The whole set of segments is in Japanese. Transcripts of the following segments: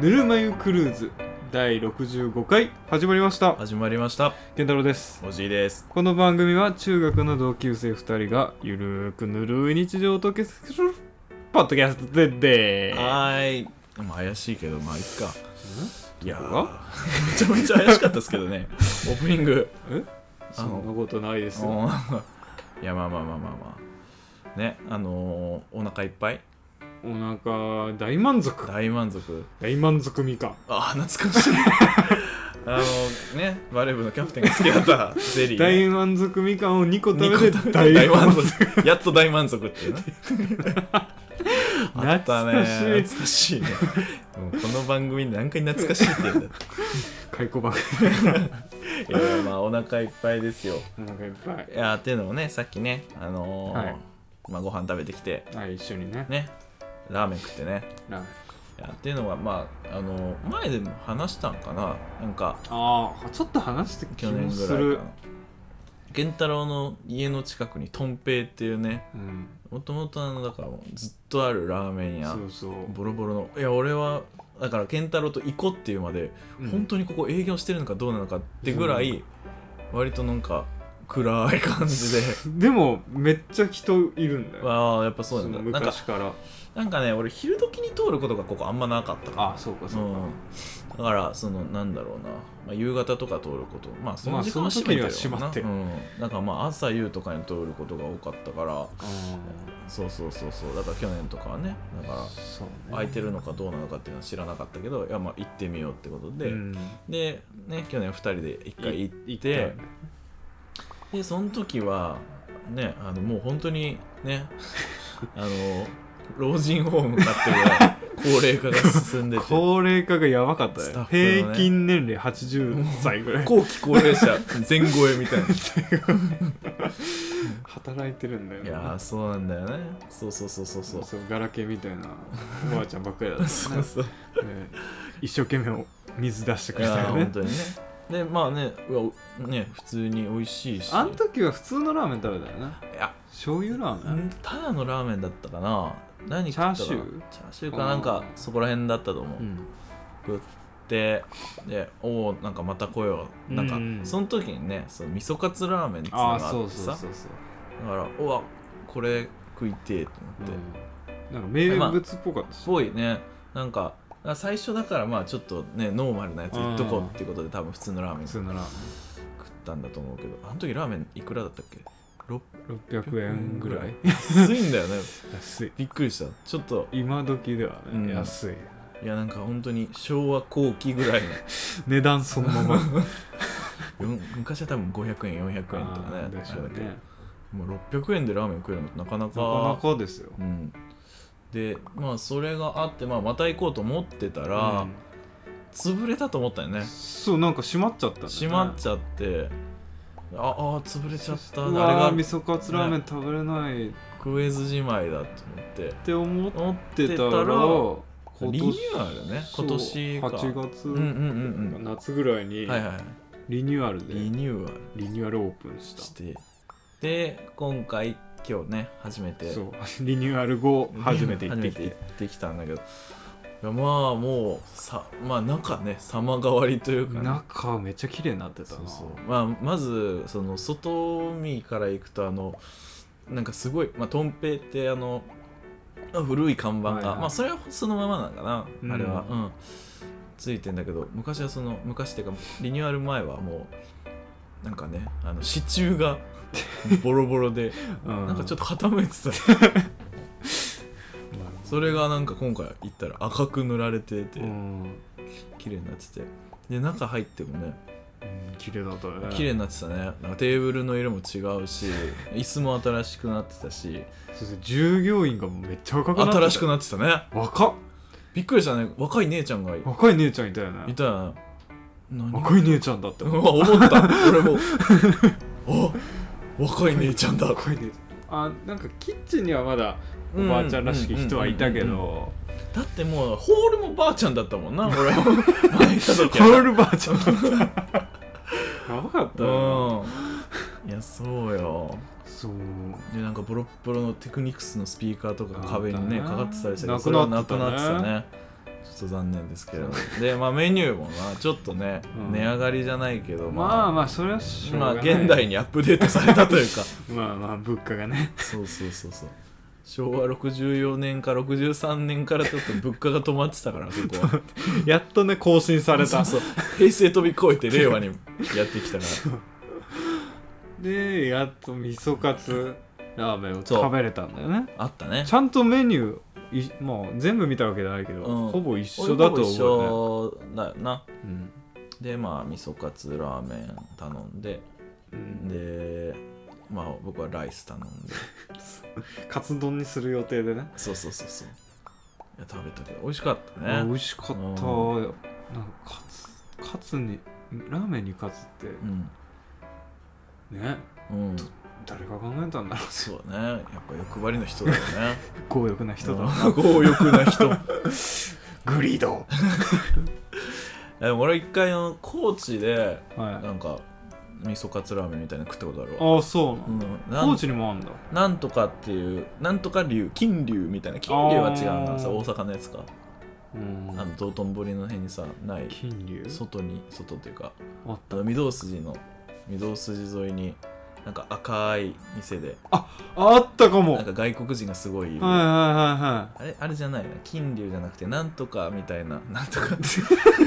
ぬるま湯クルーズ第65回始まりました始まりました健太郎ですおじいですこの番組は中学の同級生2人がゆるーくぬるい日常を解けすポッドキャストででーはーいまあ怪しいけどまあいっかいやどこーめちゃめちゃ怪しかったですけどねオープニングえそんなことないですよいやまあまあまあまあまあねあのー、お腹いっぱいお腹大満足大満足大満足みかあー懐かしい あのー、ねバレー部のキャプテンが好きだったゼ リーね、大満足みかんを2個二個食食べてべて大満足足やっと大満足って いうねあったね懐懐かしいねもうこの番組何回懐かしいって 言うんだ開口ばっかいやまあお腹いっぱいですよ。 りお腹いっぱいやっていうのもねさっきねあのーはいまあご飯食べてきていはい一緒にねねラーメン食ってねラーメいンやっていうのはまああのー前でも話したんかななんかああちょっと話して気去も年ぐすらいるかな。源太郎の家の近くにとんぺいっていうねうんもともとあのだからもうずっとあるラーメン屋そうそうボロボロのいや俺はだから健太郎と行こうっていうまでうん本当にここ営業してるのかどうなのかってぐらうい割となんか暗い感じで でもめっちゃ人いるんだよ、わあやっぱそそうなのんだなんか昔からなんかね俺昼時に通ることがここあんまなかったか、あそうからそうか、うん、だからそのなんだろうな、まあ、夕方とか通ることまあそまのあ時間は閉めてるよなその時には閉まってるうん、なんかまあ朝夕とかに通ることが多かったからうそうそうそうそうだから去年とかはねだからんそうね空いてるのかどうなのかっていうのは知らなかったけどいやまあ行ってみようってことで、うんで、ね、去年2人で1回行いってでその時はねあのもう本当にね あの老人ホームかってぐらい高齢化が進んでて 高齢化がやばかったスよタ、ッフのね平均年 齢80歳ぐらい後期高齢者全超えみ たいな働いてるんだよいやーそうなんだよねそうそうそうそうそそううそうガラケーみたい なおばあちゃんばっかりだったそねうそうね一生懸命水出してくいれたやーよね本当にねでまあねうわね普通に美味しいしあの時は普通のラーメン食べたよねいや醤油ラーメンんただのラーメンだったかな何食ったかなチャーシューチャーシューかなんかそこら辺だったと思う、うん食ってでおおんかまた来ようなんか、うんうんその時にねその味噌カツラーメンっていうのあがあそあっうてそさうそうそうだからうわこれ食いてえと思って、うんなんか名物っぽかったしすごいねなんか最初だからまあちょっとねノーマルなやついっとこうっていうことで多分普通のラーメン普食通っのラーたんだと思うけどあの時ラーメンいくらだったっけ600メン600円ぐらい安いんだよね安いびっくりしたちょっと今時ではね、うん安いいやなんか本当に昭和後期ぐらいの値段そのまま よん昔は多分500円400円とかあーねでしょうあれだけどねもう600円でラーメン食えるのってなかななかかなかですようん、でまあそれがあって、まあ、また行こうと思ってたら、潰れたと思ったよねうんそうなんか閉まっちゃったんだよね閉まっちゃってああー潰れちゃったあうれわがー味噌カツラーメン食べれないっ食えずじまいだと思ってて思っ思ってたらリニューアルねそう今年か8う月、んうんうん夏ぐらいうんにはいはいリニューアルでリニューアリニューアルオープンしルたしてで今回今日ね初めてそうリニューアル後 初めて行ってき初め行てってきたんだけどいやまあもうさまあ中ね様変わりというかね、中めっちゃ綺麗になってたそうなそうまあまずその外見から行くとあのなんかすごいまあとんぺいってあのまあ古い看板が、はいはいまあそれはそのままなんかな、うんあれはうんついてんだけど昔はその昔っていうかリニューアル前はもうなんかねあの支柱 がボロボロでうんなんかちょっと傾いてた それがなんか今回行ったら赤く塗られててうんうん綺麗になっててで中入ってもね綺麗だったね綺麗になってたねなんかテーブルの色も違うし椅子も新しくなってたしそして従業員がめっちゃ若くなってた新しくなってたね若っびっくりしたね若い姉ちゃんがい若い姉ちゃんいたよねたよね何若い姉ちゃんだってうわ思った俺も あ若い姉ちゃんだ若い姉ちゃんあなんかキッチンにはまだおばあちゃんらしき人はいたけうんうんうんうんどだってもうホールもばあちゃんだったもんな俺 前行った時ホはールばあちゃんだったやばかったようんいやそうよそうでなんかボロッボロのテクニクスのスピーカーとか壁にねあっかたねかってたりしてなくなってたねそれはなくなってたねちょっと残念ですけれどもで、まあ、メニューもまあちょっとね、うん値上がりじゃないけどまあまあまあそれはしょうまがあない現代にアップデートされたという かまあまあ物価 がねそうそうそうそう昭和64年か63年からちょっと物価が止まってたからそこはやっとね更新されたそうそう平成飛び越えて令和にやってきたからでやっと味噌カツラーメンを食べれたんだよねあったね ちゃんとメニューいまあ全部見たわけじゃないけど、うんほぼ一緒だと俺思うねほぼ一緒だよなうんでまあ味噌カツラーメン頼んでうんでまあ僕はライス頼んでカツ丼にする予定でねそうそうそうそういや食べたけど美味しかったあ美ね味しかったうんなんかカツカツにラーメンにカツってうんねうん誰が考えたんだろそうねやっぱ欲張りの人だよねう強欲な 人だうん強欲な人グリード でも俺一回あの高知ではいなんか味噌カツラーメンみたいなの食ったことあるわああそうなうんんだな高ん知にもあんだなんとかっていうなんとか竜金竜みたいな金竜は違うあーなさ大阪のやつかうんあの道頓堀の辺にさない金龍外に外っていうかあっあの御堂筋の御堂筋沿いになんか赤い店であったかもなんはいか外国人がすごいいる、はいはあれあれじゃないな金龍じゃなくてなんとかみた いななんとかいはい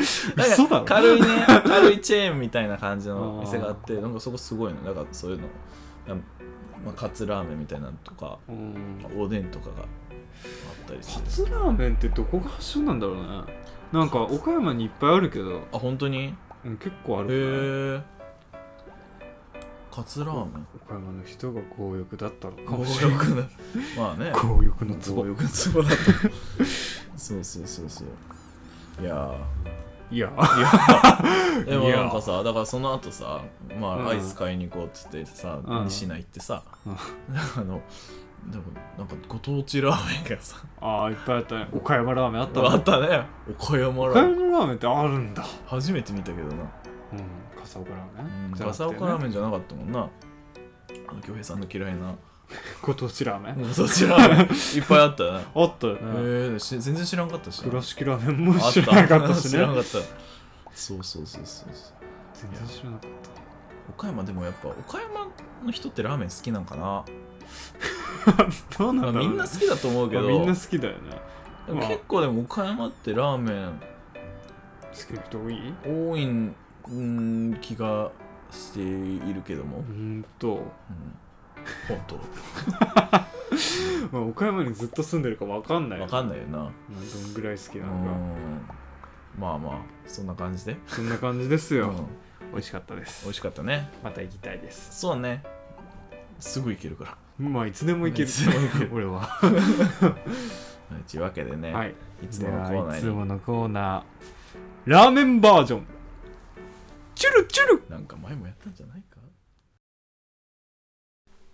嘘なんだかろ軽いね軽いチェーンみたいな感じの店があってなんかそこすごいのだからそういうのなんまあ、カツラーメンみたいなのとかうんおでんとかがあったりすカるツラーメンってどこが発祥なんだろうねなんか岡山にいっぱいあるけど、あ本当にへうん、結構あるからえカツラーメン岡山の人が強欲だったのか強もしれない欲なまあね強欲のツボ強欲なツボだとそうそうそうそういやーいやでもいやなんかさだからその後さまうんあアイス買いに行こうっつってさ、うん西成行ってさ、 あのでもなんかご当地ラーメンがさ ああいっぱいあったね岡山ラーメンあったあのったね岡山ラ岡ーメン山ラーメンってあるんだ初めて見たけどな、うん笠岡ラーうメンん、じゃなく笠てね岡ラーメンじゃなかったもんなあの京平さんの嫌いなご当地ラーメンご当地ラー メンいっぱいあったよねあった よえねーし全然知らんかったしな倉敷ラーメンもあ知らなかったし知ねらなかった そうそうそうそうそう全然知らなかった岡山でもやっぱ岡山の人ってラーメン好きなんかなどうなんだろうみねんな好きだと思うけまあどみんな好きだよねでも結構でも岡山ってラーメン好きな人多い多いんうん気がしているけども、ううーんと、ん、本 当まあ、岡山にずっと住んでるかわかんないわかんないないよなどんぐらい好きうなのんかまあまあそんな感じで、そんな感じですうよ、ん、美味しかったです美味しかったねまた行きたいですそうねすぐ行けるからまあいつでも行けるいつでも行ける俺ははいというわけでね、、はいいつものコーナではいつーにものコーナーラーメンバージョンチュルチュルなんか前もやったんじゃないか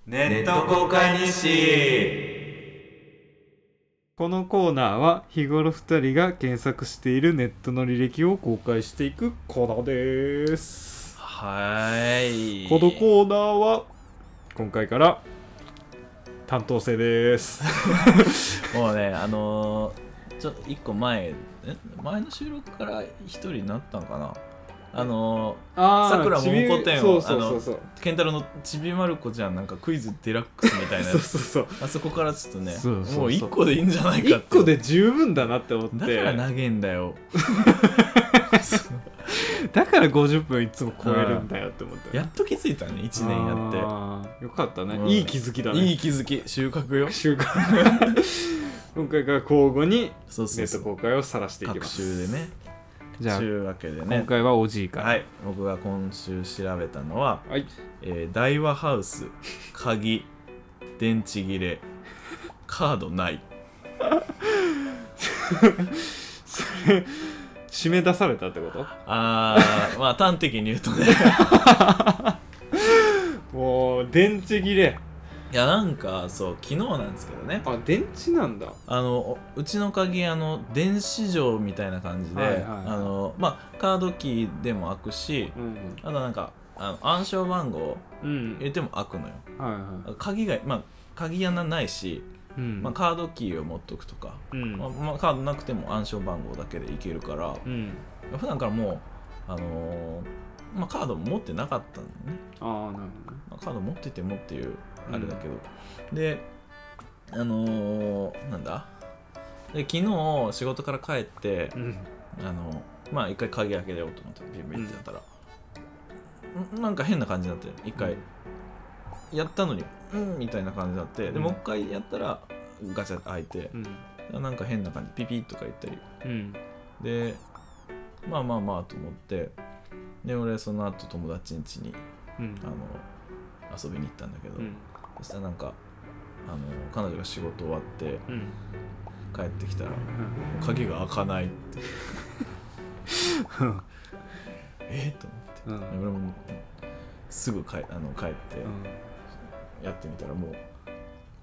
ネット公開日誌このコーナーは日頃2人が検索しているネットの履歴を公開していくコーナーですはーいこのコーナーは今回から担当制です。もうねあのーちょっと一個前え前の収録から一人になったんかなあのあさくらももこ店をそうそうそうそう。ー、ケンタロウのちびまる子ちゃんなんかクイズデラックスみたいなそうやつそうそう。あそこからちょっとねそうそうそうもう一個でいいんじゃないか一って個で十分だなって思って。だから投げんだよだから50分いつも超えるんだよって思って。やっと気づいたね1年やっやって。よかったねう。んいい気づきだてね。いい気づき収穫よ習慣。 今回から交互にそうネそうッそト公う開をさらしていきま各す。週でねじゃあ、というわけで今ね回はおじいから。はい僕が今週調べたのははい。 えー、大和ハウス鍵電池切れカードないそれ、締め出されたってことあーまあ端的に言うと ねもう、電池切れ。いやなんかそう昨日なんですけどねあ、電池なんだ。あのおうちの鍵あの電子錠みたいな感じで、はいはいはいあのまあカードキーでも開くしうん。あとなんかあの暗証番号うん入れても開くのよはいはい鍵がまあ鍵穴ないしうんまあ、カードキーを持っとくとか、うんまあまあカードなくても暗証番号だけでいけるからうん普段からもう、あのーまあ、カードも持ってなかったんだよね、ああなるほどねまあ、カード持っててもっていうあれだけど、であのーなんだで昨日仕事から帰って、うんあのまあ一回鍵開けようと思ってビンビンってやったら、んなんか変な感じになって一回やったのにうんみたいな感じになってでうんもう一回やったらガチャって開いてう、んなんか変な感じピピッとか言ったりうんでまあまあまあと思ってで俺その後友達ん家にうんあの遊びに行ったんだけど、うんそしたらなんかあの彼女が仕事終わってうん帰ってきたら鍵が開かないってうんえっと思って。うんうん俺もすぐ帰あの帰ってやってみたらもう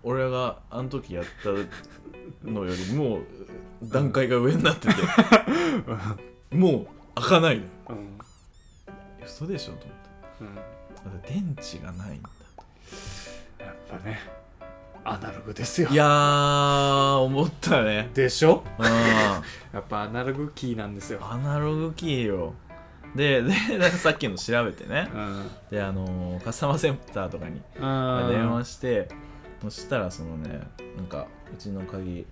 俺があの時やったのよりもう段階が上にな っててもう開かないうん嘘でしょと思ってうんだって電池がないんだやっぱねアナログですよいやー思ったねでしょあやっぱアナログキーなんですよアナログキーよででなんかさっきの調べてねうんであのーカスタマーセンターとかに電あ話してそしたらそのねなんかうちの鍵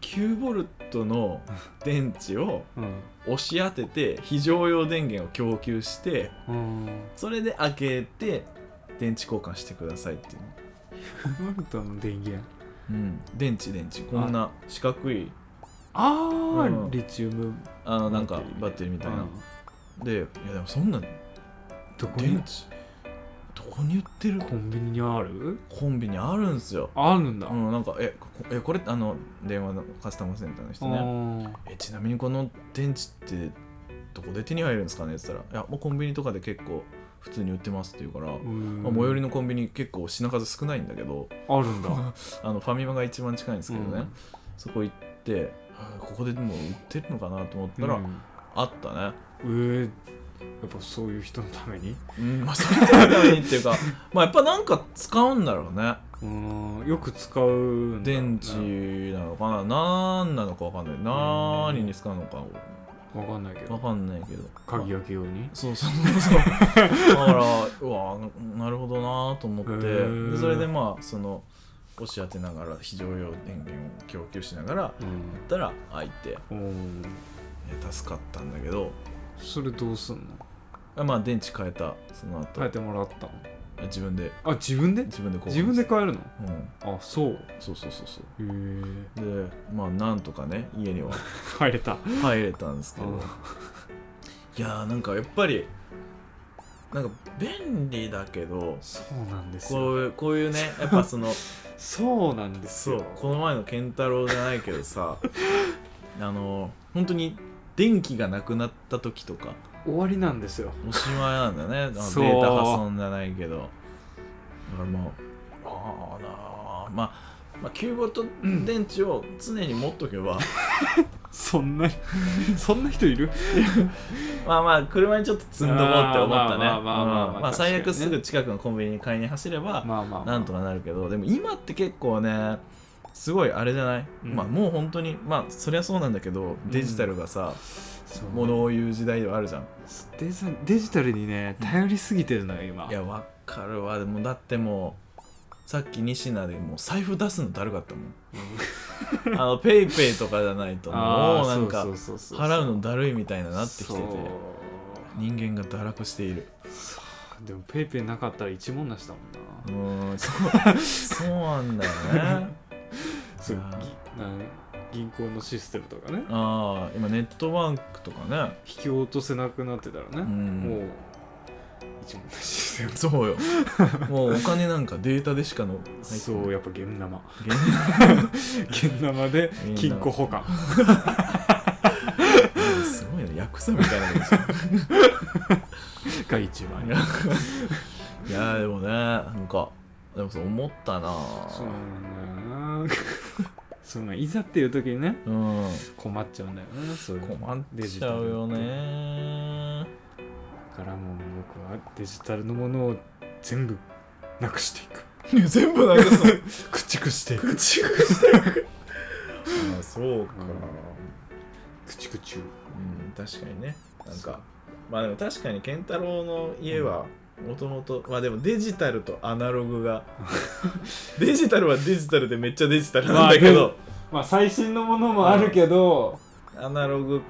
9ボルトの電池をうん押し当てて非常用電源を供給してうんそれで開けて電池交換してくださいっていう、何との電源うん、電池電池こんな四角いああ、うんリチウムあのなんかバッテリーみたいな、でいやでもそんなどこに電池どこに売ってるコンビニにあるコンビニあるんすよあるんだ、うん、なんかえこえこれあの電話のカスタマーセンターの人ねあえちなみにこの電池ってどこで手に入るんですかねって言ったら「いやもうコンビニとかで結構普通に売ってます」って言うから、ーうんまあ、最寄りのコンビニ結構品数少ないんだけどあるんだあのファミマが一番近いんですけどね、うんそこ行ってあここでもう売ってるのかなと思ったら、うんあったね、えー、やっぱそういう人のためにうんまあ、それためにっていうかまあやっぱなんか使うんだろうねうんよく使うんだ電池なのかな何なのか分かんない何に使うのかわかんないけ分どかんないけど鍵開け用にそうそうそうだから うわなるほどなと思ってへーでそれでまあその押し当てながら非常用電源を供給しながらやうんったら開いていやうん助かったんだけどそれどうすんのまあ電池変えたその後、変えてもらったの自分であ自分で自分でこう自分で変えるのうんあそうそうそうそうそうへえでまあなんとかね家には帰れた入れたんですけうど んいやーなんかやっぱりなんか便利だけどそうなんですこよういうこういうねやっぱそのそうなんですそうよこの前の健太郎じゃないけどさ あの本当に電気がなくなった時とか終わりなんですよおしまいなんだよねあのデそうータ破損じゃないけどだからもうああなあまあ、まあ、9ボルト電池を常に持っとけ ば、そん なそんな人いるまあまあ車にちょっと積んどこうって思ったねあーまあまあまあまあまあうんまあ最悪確かすにねぐ近くのコンビニに買いに走れば、まあまあまなんとかなるけどでも今って結構ねすごいあれじゃない、うんまあもう本当にまあそりゃそうなんだけどデジタルがさ、あそうものを言う時代ではあるじゃんデザデジタルにね頼りすぎてるのよ今いやわかるわでもだってもうさっき仁科でもう財布出すのだるかったもん あのペイペイとかじゃないともうあーなんかそうそうそうそう払うのだるいみたいななってきててそう人間が堕落しているでもペイペイなかったら一文なしだもんな、うーんそう そうなんだよねそうあーぎな銀行のシステムとかねああ今ネットバンクとかね引き落とせなくなってたらね、んもう一文なしですよそう よもうお金なんかデータでしかの入ってないそうやっぱ現生現現生で現生金庫保管すごいねヤクザみたいなもん ですよが一番いいいやーでもねなんかでもそう思ったなぁそうなんだ よなそうなんいざっていう時にねうん困っちゃうんだよねそういうの困っちゃうよデジタルってねだからもう僕はデジタルのものを全部なくしていくいや全部投げす の駆逐していく駆逐していくあそうか、駆逐中うん、確かにねなんかまあでも確かに健太郎の家はもともとまあでもデジタルとアナログ がデジタルはデジタルでめっちゃデジタルなんだけど、まあ最新のものもあるけど、アナログ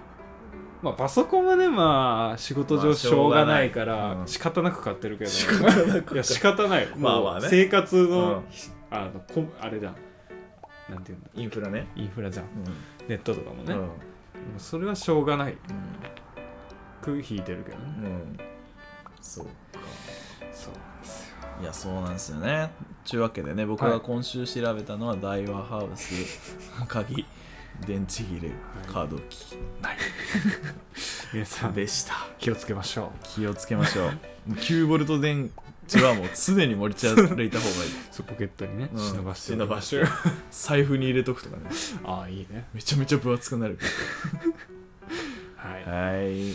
まあパソコンはねまあ仕事ま上あしょうがないかうんら仕方なく買ってるけど仕方なくいや仕方ないよ まあまあねもう生活うのんひあのこあれじゃんなんていうんだインフラねインフラじゃんうネットとかもんね、うもんうそれはしょうがないく引いてるけどねうん、うん、そうかそうなんですよいやそうなんですよねちゅうわけでね僕はがい今週調べたのはダイワハウス 鍵電池切れカードキ皆さーんでした気をつけましょう気をつけましょう9ボルト電池はもう常に持ち歩いた方がいいそうポケットにね、 うん忍ばして忍ばして財布に入れとくとかねああいいねめちゃめちゃ分厚くなるかはい、らはい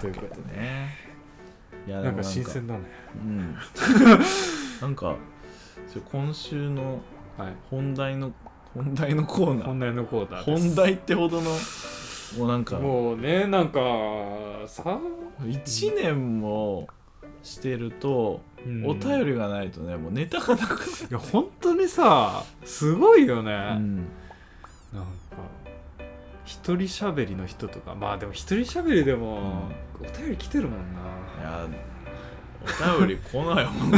ということでねいやでなもんか新鮮だねうんなんかちょ今週のはい本題の本題のコーナー本題のコーナーです本題ってほどのもうなんかもうねなんかさ、 1年もしてるとうんお便りがないとねもうネタがなくなる、いや本当にさすごいよね、うんなんか一人喋りの人とかまあでも一人喋りでも、お便り来てるもんないやお便り来ないもん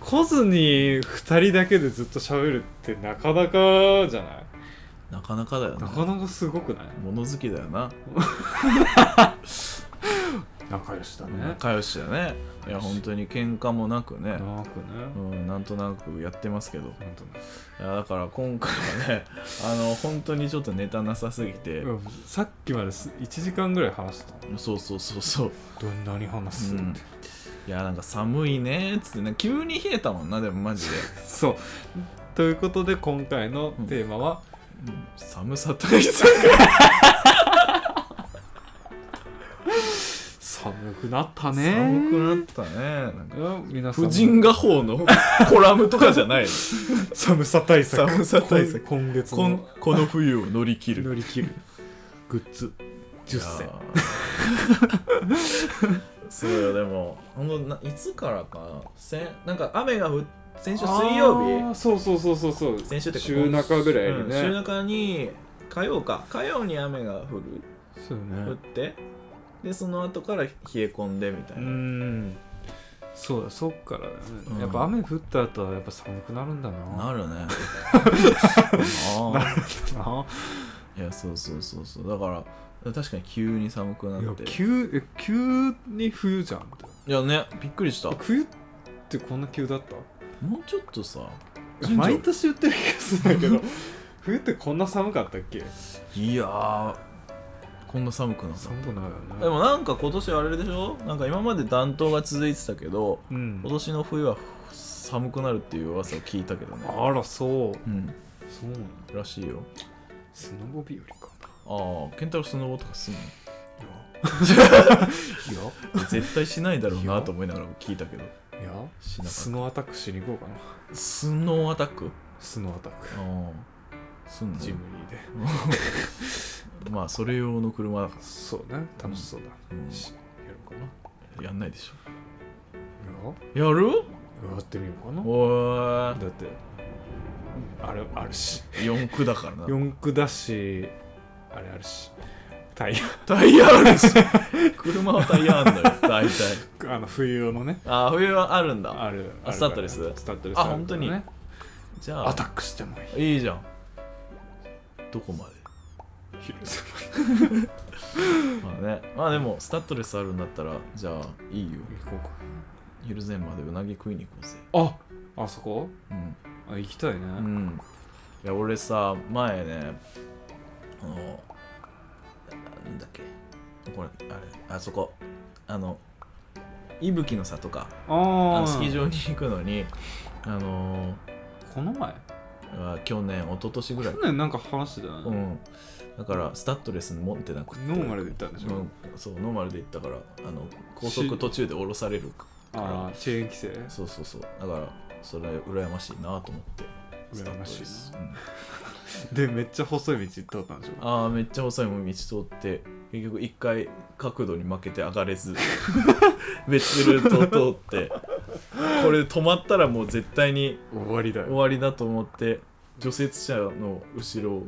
来ずに2人だけでずっと喋るってなかなかじゃない なかなかだよななかなかすごくない物好きだよな、仲良しだね仲良しだねいや本当に喧嘩もなくね、長くねうん、なんとなくやってますけど本当ねいやだから今回は ねあの本当にちょっとネタなさすぎて、うんさっきまです1時間ぐらい話してそうそうそうそうたどんなに話す、うんいやなんか寒いねーっつってね急に冷えたもんなでもマ ジでそうということで今回のテーマは、寒さ対策寒くなったね寒くなったねなんかうん皆さん婦も人画報の コラムとかじゃない寒さ対策寒さ対策今今月こんのこの冬を乗り切る乗り切るグッズ10選 そうよでもほんとないつからかなせんなんか雨が降っ先週水曜あー日そうそうそうそうそう先週ってか週中ぐらいにねうん週中に火曜か火曜に雨が降るそう降っねてでその後から冷え込んでみたいうな、んそうだそっからだよね、うんやっぱ雨降った後はやっぱ寒くなるんだななるる ねなあいやそうそうそうそうだから確かに急に寒くなっいやて急え急に冬じゃんいやねびっくりしたも冬ってこんな急だったうちょっとさ順調毎年言ってる気がするんだけど冬ってこんな寒かったっけいやーこんな寒くなった寒くなるでよねもなんか今年あれでしょなんか今まで暖冬が続いてたけどうん今年の冬は寒くなるっていう噂を聞いたけどねあらそううんそうなのらしいよスノボ日和かああ健太郎スノボとかすんの いや絶対しないだろうなと思いながら聞いたけどいやしなかスっノーアタックしに行こうかなたスノーアタックスノーアタックああすんのジムニーでまあそれ用の車だかそうね楽しそうだ、ら、うんしやるかなやんないでしいやょやるやってみようかなおだってあれあるしい四駆だからな四駆だしあれあるしタイタイヤあるし車はタイヤあるんだよ大体ヤあの冬用のね ああ冬はあるんだあるあるからスタッドレススタッドレスあるから本当にねじゃアあタックしてもいいいいじゃんどこま昼間でまあねまあでもスタッドレスあるんだったらじゃあいいよ行こうかゆるぜんまでうなぎ食いに行こうぜああそこうんあ行きたいね、うん、いや俺さ前ねあのなんだっけこれあれあそこあの伊吹の里かああのあスキー場に行くのにあのこの前あ去年一昨年ぐらい去、年なんか話してたうね、ん、だからスタッドレス持ってなくてノーマルで行ったんでしょ、うんそうノーマルで行ったからあの高速途中で降ろされるああチェーン規制そうそうそうだからそれ羨ましいなと思ってスタートです、うんでめっちゃ細い道行ったったんでしょああめっちゃ細いもん道通って結局一回角度に負けて上がれ ず別ルートを通ってこれ止まったらもう絶対に終わりだ終よわりだと思って除雪車の後ろを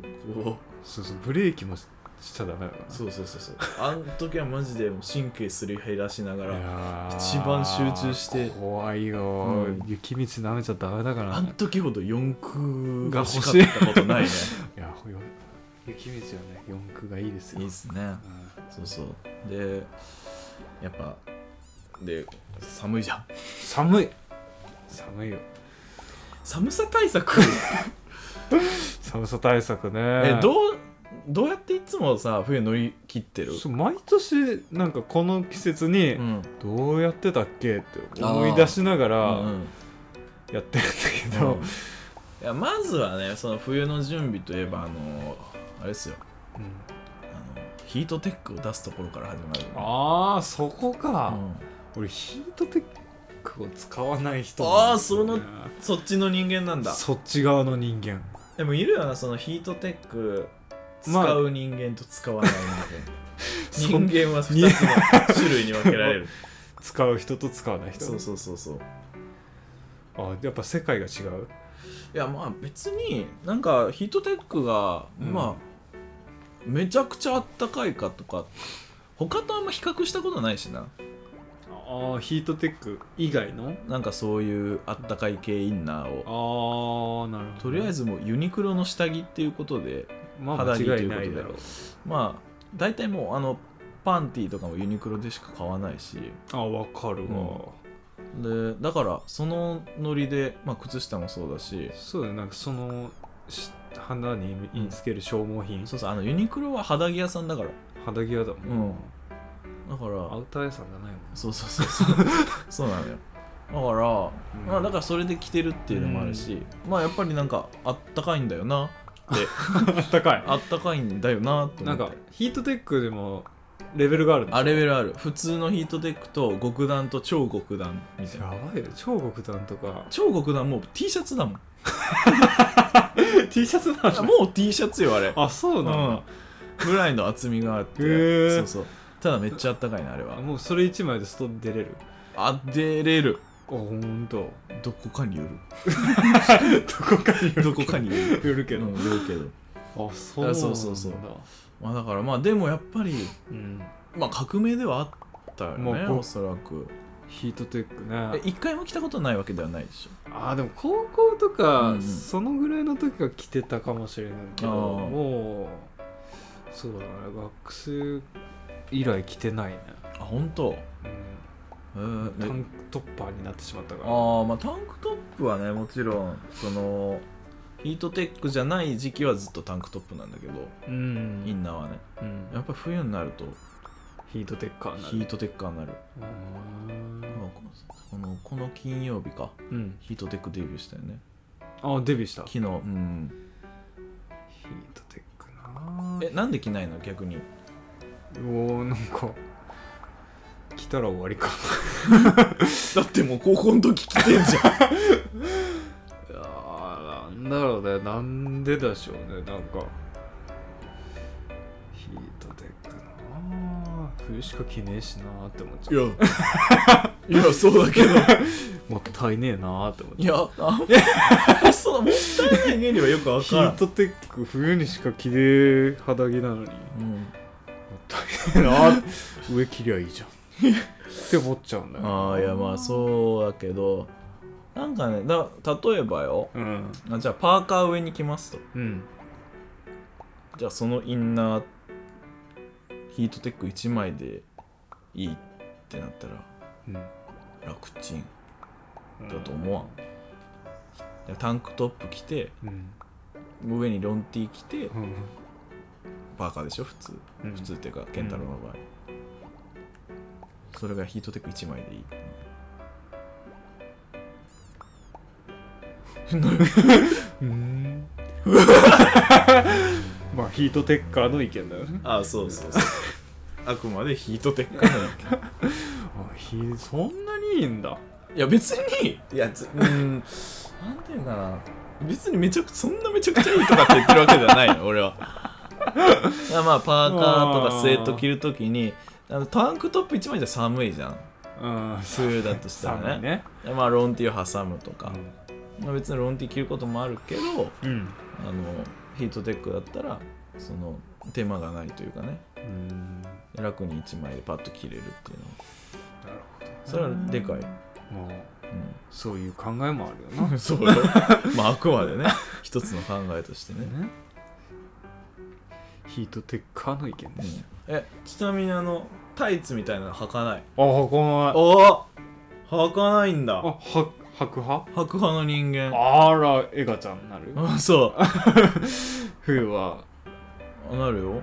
こそうそうブレーキもしちゃダメだかうそうそうそうそうあの時はマジでもう神経すり減らしながららいやー一番集中して怖いよ、うん雪道舐めちゃダメだからあのね時ほど四駆が欲しかったことないねいやほよ雪道はね四駆がいいです よいいっすねうんそうそうでやっぱで寒いじゃん寒い寒いよ寒さ対策寒さ対策ねえどうどうやっていつもさ冬乗り切ってるそう毎年なんかこの季節にうんどうやってたっけって思い出しながうんらうんやってるんだけうど、んいやまずはねその冬の準備といえばあのあれですようんあのヒートテックを出すところから始まるよね、ああそこか、うん俺ヒートテックを使わない人あーなんですよねそっちの人間なんだそっち側の人間でもいるよなそのヒートテックまあ使う人間と使わない人そ間、ん人間は2つ の種類に分けられる使う人と使わない 人そうそうそうそうあやっぱ世界が違ういやまあ別になんかヒートテックが、うんまあめちゃくちゃあったかいかとか他とあんま比較したことないしなああヒートテック以外のなんかそういうあったかい系インナーをああなるほどとりあえずもうユニクロの下着っていうことでまあ肌着と間違いいうこないとだでろうまあ大体もうあのパンティとかもユニクロでしか買わないしあわかるわ、でだからそのノリで、まあ、靴下もそうだしそうだねなんかそのし肌に身につける消耗品、そうそうあのユニクロは肌着屋さんだから肌際だもん、うんだからアウター屋さんじゃないもんそうそうそうそうそうなのよだから、うんまあだからそれで着てるっていうのもあるし、まあやっぱりなんかあったかいんだよなってあったかいあったかいんだよなって思なっんてかヒートテックでもレベルがあるんだあレベルある普通のヒートテックと極暖と超極暖みたいやなばいよ超極端とか超極暖もう T シャツだもん T シャツなんだもう T シャツよあれ あ そうなんだ、うん、ぐらいの厚みがあって、へーそうそうただめっちゃあったかいなあれはあもうそれ一枚で外出れるあ出れるあほんとどこかによ どこかによるるどこかによ るよるけど、うんよるけどあそうなんだそうそうそうまあだからまあでもやっぱりうん、まあ革命ではあったよね、まあこうおそらくヒートテックえね一回も着たことないわけではないでしあーでも高校とか、うんうんそのぐらいの時は着てたかもしれないけどあーもうそうだね学生以来着てないね、ょあ本当うん、えータでンクトッパーになってしまったからああまあタンクトップはねもちろんそのヒートテックじゃない時期はずっとタンクトップなんだけどうんインナーはねうんやっぱ冬になるとヒートテッカーになヒーるトテッカーになるうーんなんかこのこの金曜日かうんヒートテックデビューしたよねあデビューしたヒ昨日うんートテックなえなんで着ないの逆におーなんか着たら終わりかだってもう高校の時着てんじゃんいやーなんだろうねなんででしょうねなんかヒートテックな冬しか着ねえしなーって思っちゃう いやいやそうだけどもったいねえなーって思っいちゃうや、あ そうもったいない原理はよくわヒからーん。トテック冬にしか着ねえ肌着なのにもうん、ったいねえなー上着りゃいい じゃんって思っちゃうんだよああいやまあそうだけどなんかねだ例えばようんあじゃあパーカー上に着ますとうんじゃあそのインナーヒートテック1枚でいいってなったらうん楽ちんだと思わん、でタンクトップ着てうん上にロンティー着てうんパーカーでしょ普通うん普通っていうか健太郎の場合、それがヒートテック1枚でいいうんまあヒートテッカーの意見だよねああそうそう そうあくまでヒートテックなのあひそんなにいいんだ いや別にいやつうんなんていうかな別にめちゃくそんなめちゃくちゃいいとかって言ってるわけではない の俺はいやまあパーカーとかスウェット着るときにあのタンクトップ1枚じゃ寒いじゃんうん冬だとしたら寒いねねいやまあロンティーを挟むとか、まあ、別にロンティー着ることもあるけどうんあのヒートテックだったらその手間がないというかねうんな楽に1枚でパッと着れるっていうのはるほそれはでかい、どもううん、そういう考えもあるよ なそうよ。まあ、あくまでね、一つの考えとしてね。 ねヒートテッカーの意見うでしんえ、ちなみにあの、タイツみたいなの履かない。た、ああこのあおお履かないんだ。は白派履く派の人間。あらエガちゃんなるあ、そ冬はう。なるよ。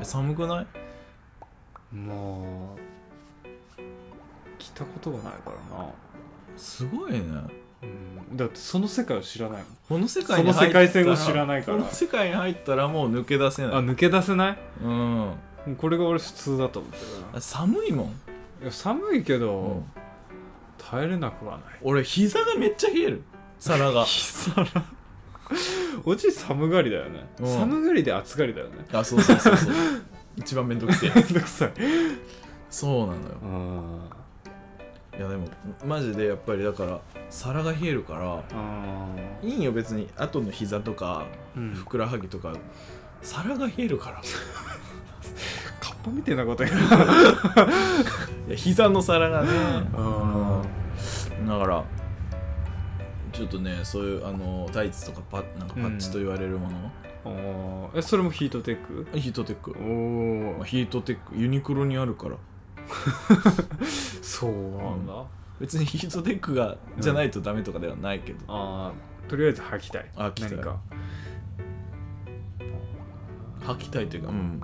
え、寒くないもう着たことがないからな、すごいね。うん、だってその世界を知らないもんこの世界にそ入の世ったら界線を知らないからこの世界に入ったらもう抜け出せなあい。抜け出せないうん。もうこれが俺普通だと思ってるあ寒いもん。ないや寒いけど、うん耐えれなくはない 俺、膝がめっちゃ冷える。皿が。おじい寒がりだよね、うん寒がりで暑がりだよね あ、そうそうそうそう。一番めんどくせえ。めんどくさいそうなのよ。あいやでもマジでやっぱりだから皿が冷えるからあいいんよ別に後の膝とかうんふくらはぎとか、皿が冷える からいカッパみたいなことやや膝の皿がねあだからちょっとねそういうあのタイツとかパなんかパッチと言われるもの、あえそれもヒートテックヒートテック、おまあおヒートテックユニクロにあるからそうなんだ、別に ヒートテックがうんじゃないとダメとかではないけど、ああとりあえず履きたいあ着たい何か履きたいというかうん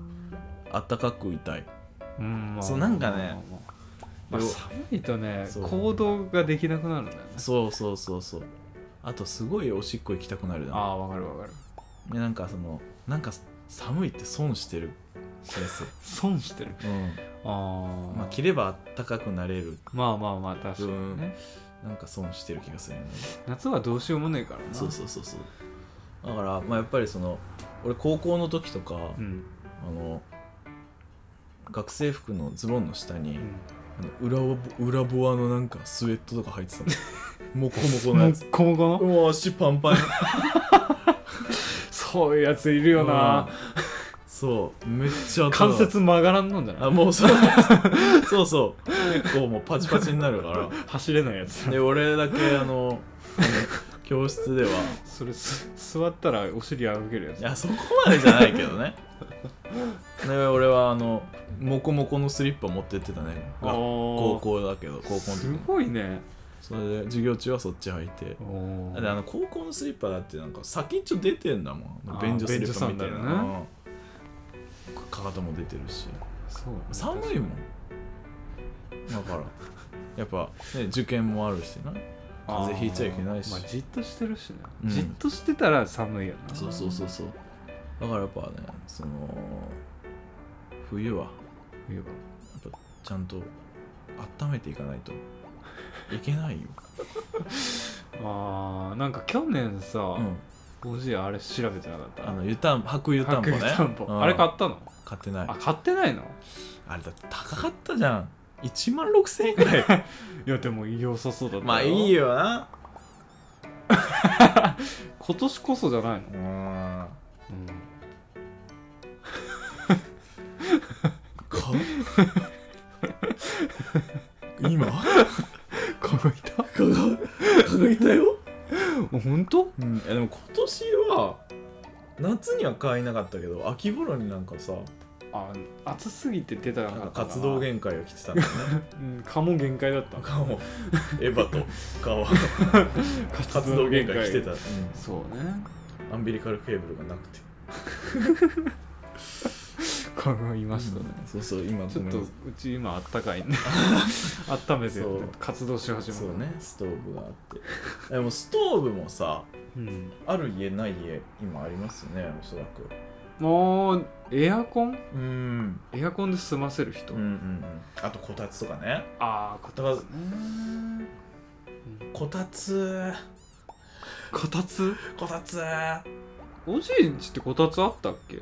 あったかくいたいうん、まそうなんかねまあまあまあよ寒いとねそう行動ができなくなるんだよねそうそうそうそうあとすごいおしっこ行きたくなるなああわかるわかるでなんかそのなんか寒いって損してる気がする、損してるああ、まあ着ればあったかくなれるまあまあまあ確かにね、なんか損してる気がするよね夏はどうしようもねえからなそうそうそうそうだからまあやっぱりその俺高校の時とか、うん、あの学生服のズボンの下に、うん、あの裏ぼ裏ボアのなんかスウェットとか入 ってたのモコモコのもやうつこもこの うわ足パンパンそういうやついるよな、うんそうめっちゃ頭関節曲がらんのんじゃないあもう そうそうそう結構もうパチパチになるか走れないやつらで俺だけあのあの教室ではそれす座ったらお尻あげるやいつやそこまでじゃないけどねで俺はあのモコモコのスリッパ持ってってたねあー高校だけど高校の時すごいねそれで授業中はそっち履いておだってあの高校のスリッパだってなんか先っちょ出てんだもんあー便所スリッパみたいな便所サンダルうんかかとも出てるしそう寒いもんだからやっぱ、ね、受験もあるしな風邪ひいちゃいけないしあーまあ、じっとしてるしね、うんじっとしてたら寒いよなそうそうそうそうだからやっぱねその冬はや冬はっぱちゃんと温めていかないといけないよ、あーなんか去年さ、うん、おじいあれ調べてなかったあの湯たん白湯たんぽね白湯たんぽうんあれ買ったの買ってないあ買ってないのあれだって高かったじゃん1万6000円ぐらいいやでも良さそうだったよ まあいいよな今年こそじゃないの、うんうんか 今蚊がいた蚊が蚊がいたよ本当うん、いやでも今年は夏には買えなかったけど秋頃になんかさあ暑すぎて出たらなんか活動限界が来てたんだよね うん蚊も限界だったなんかもうエヴァと川活動限界来てた、うんそうねアンビリカルケーブルがなくて蚊がいましたね、そうそう今ちょっとごうめんち今あったかいんで 温めてそう活動し始めたそうねストーブがあってでもストーブもさうんある家ない家今ありますよねおそらくもうエアコンうんエアコンで済ませる人、うんうんうんあとこたつとかねああこただからつねこたつこたつこたついおじいんちってこたつあったっけ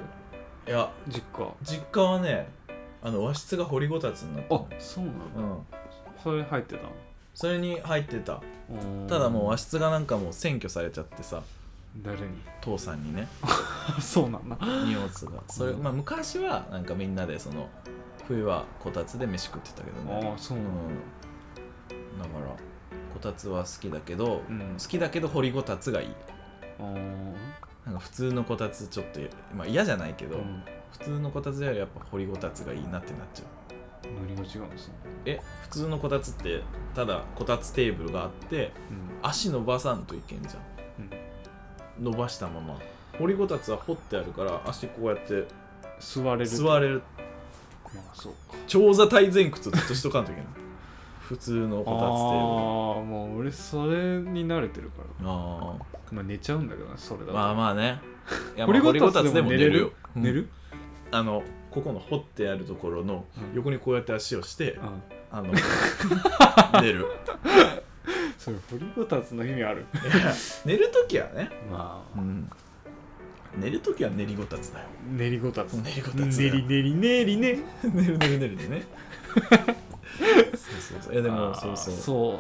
や実家実家はねあの和室が掘りごたつになってあるそうなんだうんそれ入ってたそれに入ってたのただもう和室がなんかもう占拠されちゃってさ誰に父さんにね そうなんだ荷物がそれうんまあ昔はなんかみんなでその冬はこたつで飯食ってたけどねああそううなんんだだからこたつは好きだけど、うん好きだけど掘りごたつがいいあーなんか普通のこたつちょっと、まあ、嫌じゃないけど、うん普通のこたつよりやっぱ掘りごたつがいいなってなっちゃう何が違うんですねえ普通のこたつってただこたつテーブルがあって足伸ばさんといけんじゃうんん伸ばしたまま掘りごたつは掘ってあるから足こうやって座れる座れるまあそうか長座体前屈ずっとしとかんといけない普通のああこーもう俺それに慣れてるからたつテーブルあまあ寝ちゃうんだけどねそれだあとまあまあねいや掘りまあごたつでも寝れる掘りごたつでも寝るうんあのここの掘ってあるところのうん横にこうやって足をして、うんあの 寝るそれ掘りごたつの意味あるいや寝るときはね、まあん、寝るときは練りごたつだよ練りごたつ練りごたつだ練より練り練りね 寝る寝る寝るでねそうそうそういやであもーそうそう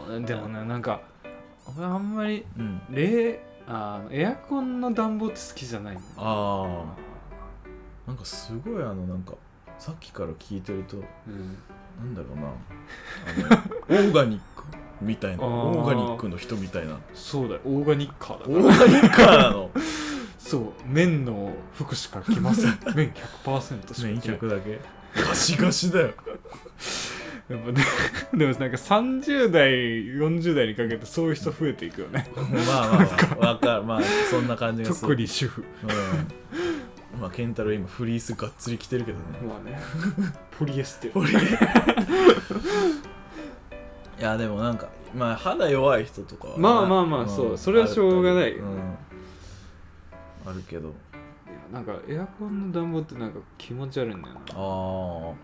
そうでもねなんか俺あんまりうん、冷あエアコンの暖房って好きじゃないんだよああなんかすごいあのなんかさっきから聞いてるとうんなんだろうなあの オーガニックみたいなあーオーガニックの人みたいなそうだよオーガニッカーだオからーガニックな のそう麺の服しか着ま せん麺100%しか免着ない客だけガシガシだよやっぱね でもなんか30代40代にかけてそういう人増えていくよねまあまあまあわかるまあそんな感じがす特るに主婦うんまあ健太郎今フリースがっつり着てるけどねまあね ポリエステル俺いやでもなんかまあ肌弱い人とかはまあまあまあんそうそれはしょうがないようんあるけどなんかエアコンの暖房ってなんか気持ち悪いんだよああ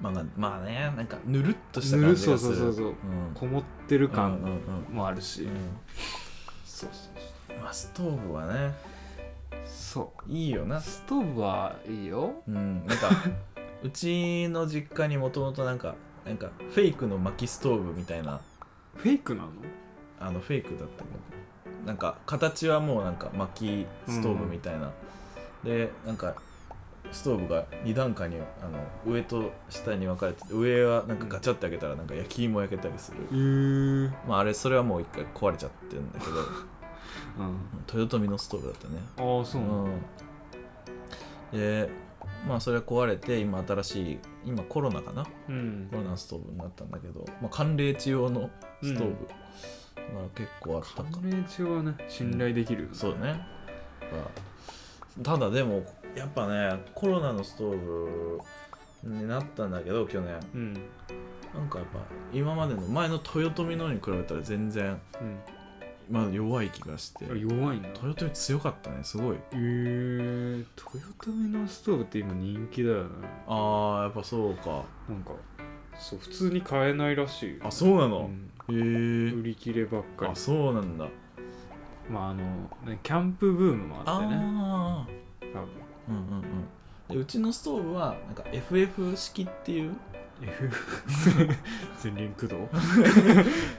まあまあまあねなんかぬるっとしたぬ感るじがするそうそうそうそううんなこもってるうんうん感うんもあるし、うそうそうそんまあストーブはねうそいいよなうストーブはいいようん なんかうちの実家にもともとなんかなんかフェイクの薪ストーブみたいなフェイクなのあのフェイクだったけどなんか形はもうなんか薪ストーブみたいな、でなんかストーブが2段階にあの上と下に分かれてて上はなんかガチャって開けたらなんか焼き芋焼けたりする、えー、まああれそれはもう一回壊れちゃってるんだけど うん豊臣のストーブだったねああそうなんだ、うんでまあそれは壊れて今新しい今コロナかなうんコロナのストーブになったんだけど、まあ、寒冷地用のストーブ、うんだから結構あった寒か冷地はね信頼できるよね、そうだねただでもやっぱねコロナのストーブになったんだけど去年うんなんかやっぱ今までの前の豊臣のに比べたら全然まだ弱い気がしてうん、弱いんだ豊臣強かったねすごいえー、豊臣のストーブって今人気だよねあーやっぱそうかなんかそう普通に買えないらしいよあそうなうの、んへ売り切ればっえかありそうなんだまああの、ね、キャンプブームもあってねああ多分 うんうんうんでうちのストーブはなんか FF 式っていう F 全輪駆動フ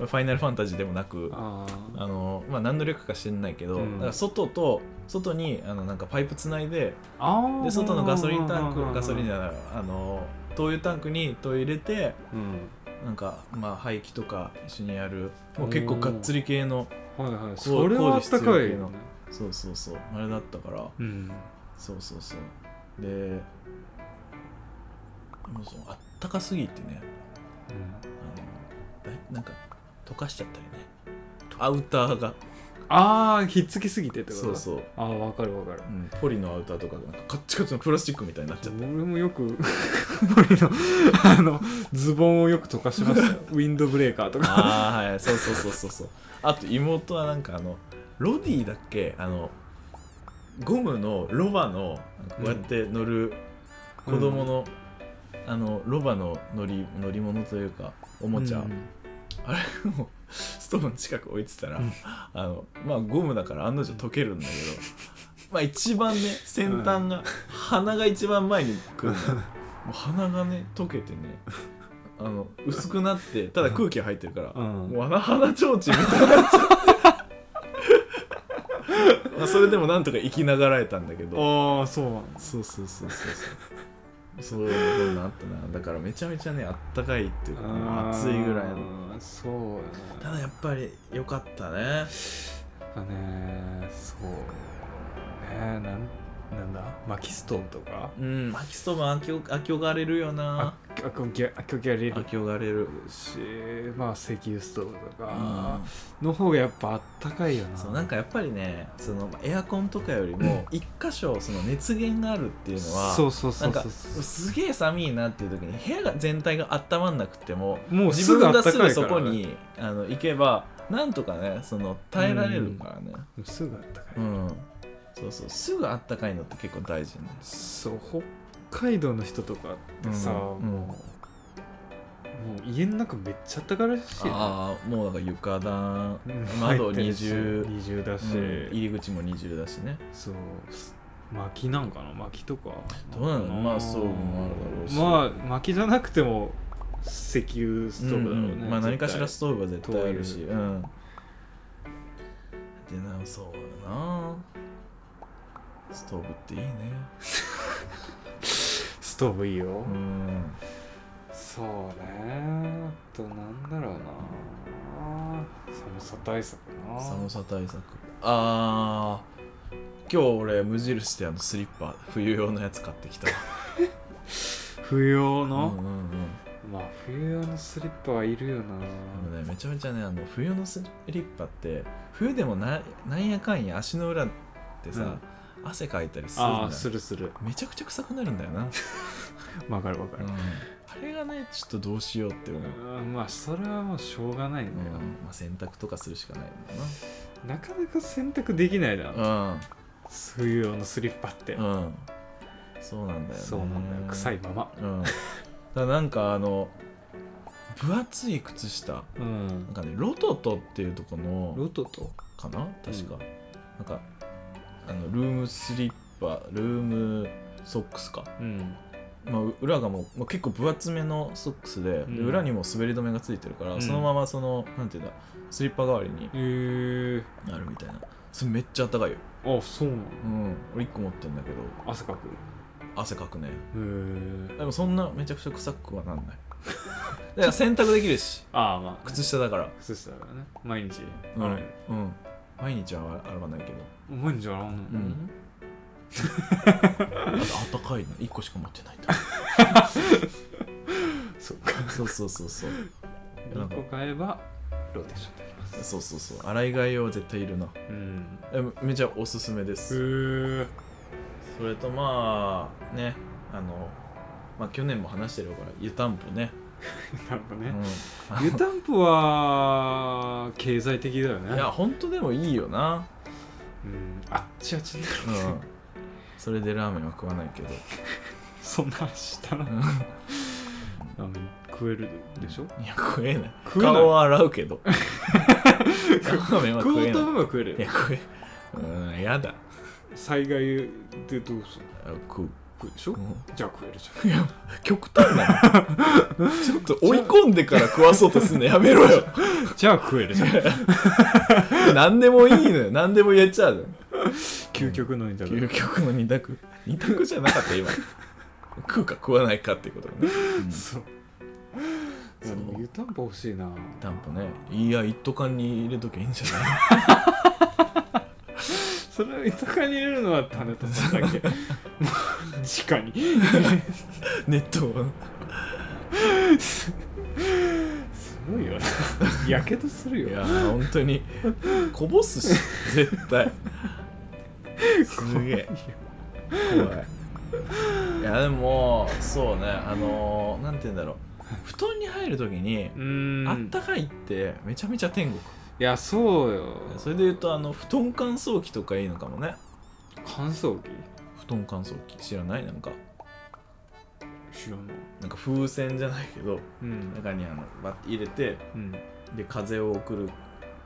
ァイナルファンタジーでもなくあああのまあ、何の略か知んないけど、うんだから外と外にあのなんかパイプつないであーで外のガソリンタンクガソリンじゃゃないあの灯油タンクに灯油入れてうんなんか、まあ、排気とか一緒にやるもう結構がっつり系のはいはいそれはあったかいよねそうそうそうあれだったからうんそうそうそうでもうそうあったかすぎてねうんあのだいなんか溶かしちゃったりねアウターがああひっつきすぎてってことそうそうああわかるわかるうん、ポリのアウターとかなんかカッチカチのプラスチックみたいになっちゃって俺もよく 俺のあのズボンをよく溶かし ましたよウィンドブレーカーとかああはいそうそうそうそうそう あと妹はなんかあのロディだっけあのゴムのロバのなんかこうやって乗る子供の、あのロバの乗り乗り物というかおもちゃ、うんあれもうストーブの近く置いてたら、あのまあゴムだから案の定溶けるんだけどまあ一番ね先端が、鼻が一番前に来るんだよもう鼻がね溶けてねあの薄くなってただ空気が入ってるから、うんもう鼻鼻ちょうちんみたいになっちゃって まあそれでもなんとか生きながらえたんだけどああそうなんだそうそうそうそうそうそういうのあったなだからめちゃめちゃねあったかいっていうか、ね、暑いぐらいののそうやただやっぱり良かったねななんかねそうねなんなんだ薪ストーブとかうん巻きストーブあきょあきょがれるよなああこきあこきあれあるきょがれるしまあ石油ストーブとあかの方がやっぱあったかいよなそうなんかやっぱりねそのエアコンとかよりも一箇所その熱源があるっていうのはそうそうそなんうそかうすげえ寒いなっていう時に部屋が全体が温まんなくてももう自すぐ分あがったすかぐいかそこら、ね、にあの行けばなんとかねその耐えられるからねすぐあったかい、うん、そうそうすぐあったかいのって結構大事ねそう北海道の人とかってさ、うんうんもうもう家の中めっちゃあったかいらしいよああもうなんか床暖うん窓入ってるし20 20だし、うん入り口も20だしねそう薪なんかな薪とかどうなのまあそうもあるだろうしまあ薪じゃなくても石油ストーブだろうね、うんうんまあ何かしらストトーブは絶対あるし灯う油んでなそうだなストーブっていいねストーブいいよ、うんそうねあとなんだろうな寒さ対策な寒さ対策あー今日俺無印であのスリッパ冬用のやつ買ってきたわ冬用うんのう、んうんまあ冬用のスリッパはいるよなでもねめちゃめちゃねあの冬のスリッパって冬でもななんやかんや足の裏ってさ、汗かいたりするじゃあなあいするするめちゃくちゃ臭くなるんだよな、わかるわかる、あれがねちょっとどうしようって思う、うんうんまあそれはもうしょうがないんだよ、まあ、洗濯とかするしかないんだなかなか洗濯できないな、よな冬用のスリッパって、うんうんそうなんだよねそうなんだよ臭いままうんだからなんかあの分厚い靴下うなんんかねロトトっていうとこのロトとかな確か、なんかあのルームスリッパルームソックスか、うんまあ、う裏がもう、まあ、結構分厚めのソックスで,で、うん裏にも滑り止めがついてるから、うんそのままそのなんていうんだスリッパ代わりにえー、なるみたいなそれめっちゃあったかいよ、あそうなのうん、俺1個持ってんだけど汗かくへ汗かくねえー、でもそんなめちゃくちゃ臭くはなん ないだから洗濯できるしああまあ靴下だから靴下だからね毎日うん、洗うん、毎日は洗わないけどう毎日洗う の、んあったかいの1個しか持ってないとそっかそうそうそうそう。なん2か個買えばローテーションできますそうそうそう。洗い替え用は絶対いるな。うんえめちゃおすすめでへえす。それとまあね、あの、まあ去年も話してるから、湯たんぽね。 なるほどうね、ん湯たんぽは経済的だよねいや、ほんとでもいいよな。うん、あっちあっち になるうん。それでラーメンは食わないけど。そんな話したらうんラーメン食えるでしょ、いや、食えない。食えない顔は洗う けど。ラーメンは食食おえうとな思えば食えるい。いや、食え。うん、やだ。災害でどうする食う。食うでしょ、うんじゃあ食えるじいや、極端なの ちょっと追い込んでから食わそうとすんのやめろ よ。ゃ んじゃあ食えるじゃん何でもいいのよ。何でも言えちゃう究極のにだのかよ。究極の二択。二択じゃなかった、今。食うか食わないかっていうことだね。そういそやうでも湯たんぽ欲しいなタンポね。いや、一斗缶に入れときゃいいんじゃない それを豊かに入れるのは種とさんだけ もう地 下にネットを。すごいよな やけどするいや、よ本当に。こぼすし、絶対。すげえ。怖いいやでもそうねあのー、なんて言うんだろう布団に入るときに う、ーんあったかいってめちゃめちゃ天国いやそうよそれで言うとあの布団乾燥機とかいいのかもね乾燥機布団乾燥機知らないなんか知らないなんか風船じゃないけどうん中にあのバッて入れてうんで風を送る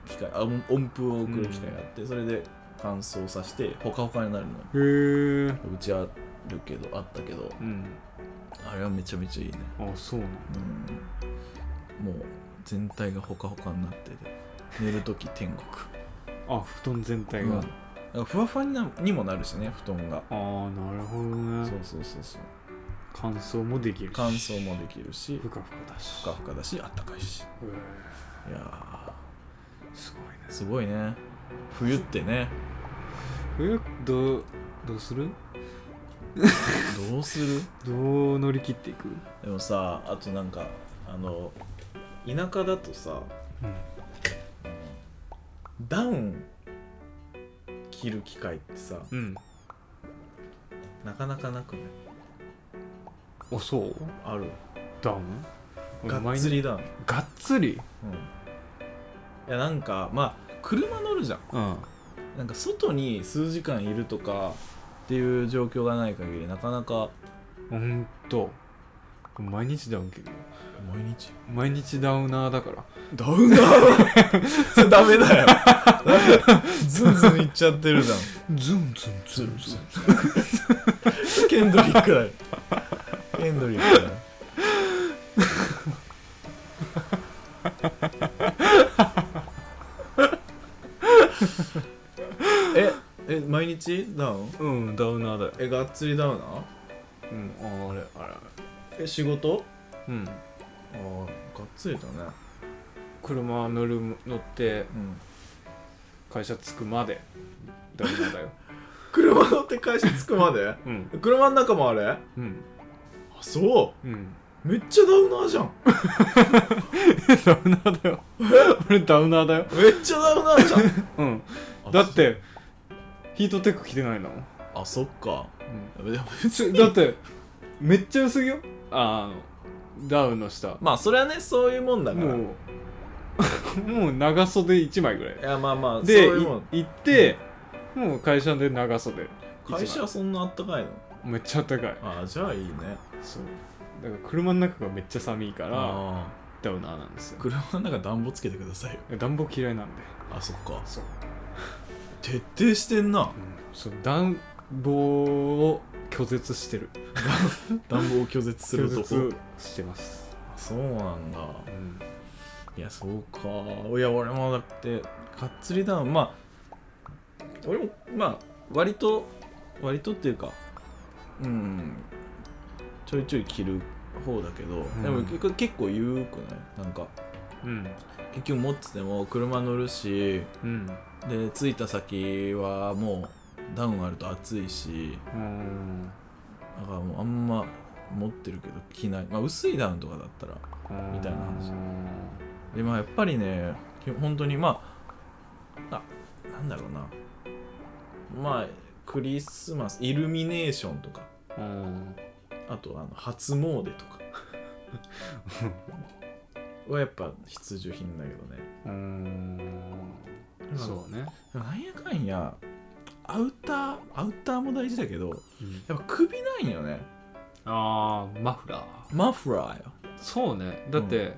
機械あ音音符を送る機械があって、それで乾燥させてほかほかになるのよへえうちあるけどあったけどうんあれはめちゃめちゃいいねあそうなんうんもう全体がほかほかになってて寝るとき天国あ布団全体が、うんあだからふわふわになにもなるしね布団があーなるほどそうねそうそうそう乾燥もできるし乾燥もできるしふかふかだしふかふかだしあったかいしへいやえすごいねーすごいね冬ってねえどうどうするどうするどう乗り切っていく、でもさあとなんかあの田舎だとさダウン着る機会ってさうん、うんなかなかなくねあそうあるダウンがっつりダウンがっつりうんいやなんかまあ車乗るじゃんうんなんか外に数時間いるとかっていう状況がない限りなかなかほんと毎日ダウンけど毎日毎日ダウナーだからダウンだ それダメだよ ズンズンいっちゃってるじゃんズンズンズンズンンケンドリックだよケンドリッ クだよええ毎日ダウンうんダウナーだよえがっつりダウナーうんああれあえ仕事れうんああがっつりだね車乗る乗ってうん会社着くまでダウナーだよ車乗って会社着くま でうん車の中もあれあうんそうんうめっちゃダウナーじゃんダウナーだよ 俺ダウナーだよめっちゃダウナーじゃんうん だってヒートテック着てないんだもん、あそっかうんでも別つにだってめっちゃ薄着よあのダウンの下まあそれはねそういうも んだからいもうもう長袖1枚ぐらいやまあまあそうでいうもんい行って、もう会社で長袖一枚会社はそんなあったかいのめっちゃ暖かいあじゃあいいねそうだから車の中がめっちゃ寒いからあダウナーなんですよ車の中暖房つけてくださいよ暖房嫌いなんであそっかそう,、徹底してんなうん、そう暖房を拒絶してる暖房を拒絶す拒るとこ絶してます、そうなんだうん、いやそうかいや俺もだってがっつりダウンまあ俺もまあ割と割とっていうかうんちょいちょい着る方だけど、んでも結構結構緩くないなんかうん結局持ってても車乗るしうんで着いた先はもうダウンあると暑いしうんだからもうあんま持ってるけど着ないまあ薄いダウンとかだったらみたいな話でまあやっぱりねき本当にまああなんだろうなまあクリスマスイルミネーションとかうんあとあの初詣とかはやっぱ必需品だけどねうんそうね、でもなんやかんやアウターアウターも大事だけどやっぱ首ないよねああマフラーマフラーよそうねだって、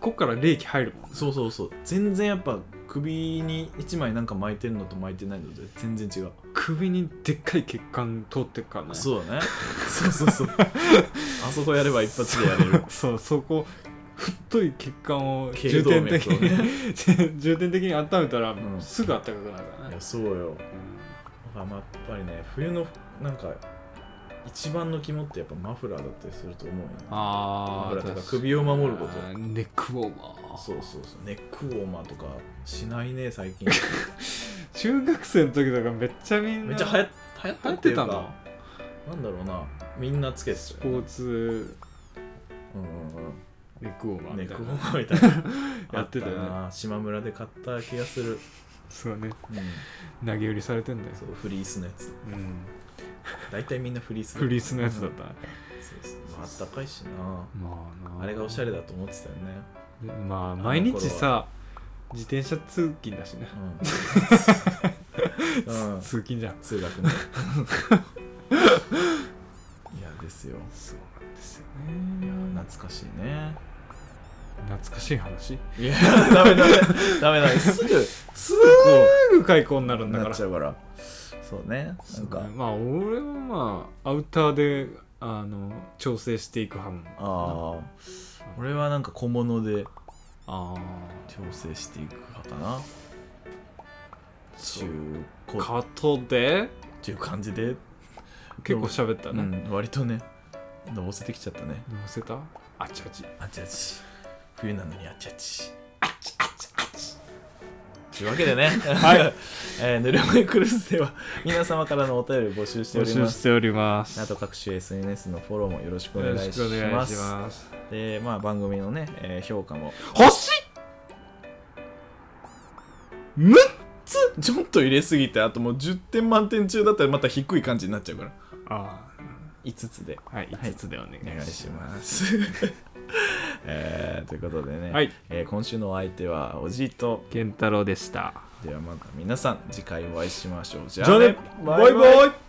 こっから冷気入るもんねそうそうそう全然やっぱ首に1枚なんか巻いてるのと巻いてないので全然違う首にでっかい血管通ってっからねそう だねそうそうそう あそこやれば一発でや れるそうそこ太い血管を頸重動点脈的をねに、重点的に 温めたら、んすぐ暖かくなるからいねや、そうよだからまあやっぱりね冬のなんか一番の肝ってやっぱマフラーだったりすると思うよねマあフあラーとか首を守ることネックウォーマーそうそうそうネックウォーマーとかしないね最 近中学生の時とかめっちゃみんなめっちゃ流行流行っ流た行っっていてうたかんだなんだろうなみんなつけてたスよポーツうんうんうんネックウォーマーネみッたいクウなォーマーみ たいなやってたよねあな島村で買った気がする、そうねうん、投げ売りされてんだよ、そうフリースのやつうん、大体みんなフリースフリースのやつだっうんた、そうそうまああったかいしなまあなあれがおしゃれだと思ってたよねまあ毎日さ自転車通勤だしね、うん うん通勤じゃん通学ねいやですよそうなんですよいやね懐かしいね懐かしい話いやダメダメダメダメすぐすぐこすぐ開口になるうんだかならっちゃうからそうねなんかまあ俺はまあアウターであの調整していく派もああ俺はなんか小物であ調整していく派かなそ中うあ古っカトでていう感じで結構喋ったうね、ん割とねのぼせてきちゃったね乗せたあちあちあちあち冬なのにあちあちあちあちあちというわけでね、はい えー、ぬるま湯クルーズでは皆様からのお便りを募集してお募り集ますしておりますあと各種 SNS のフォローもよろしくおよ願いろししくお願いしまますすで、まあ、番組のね、えー評価も星む ちょっと入れすぎてあともう10点満点中だったらまた低い感じになっちゃうからあ5つであはい5つでお願お願いいししますます。 えーということでね、はいえー今週のお相手はおじいと健太郎でしたではまた皆さん次回お会いしましょう。じじゃあねバイバイ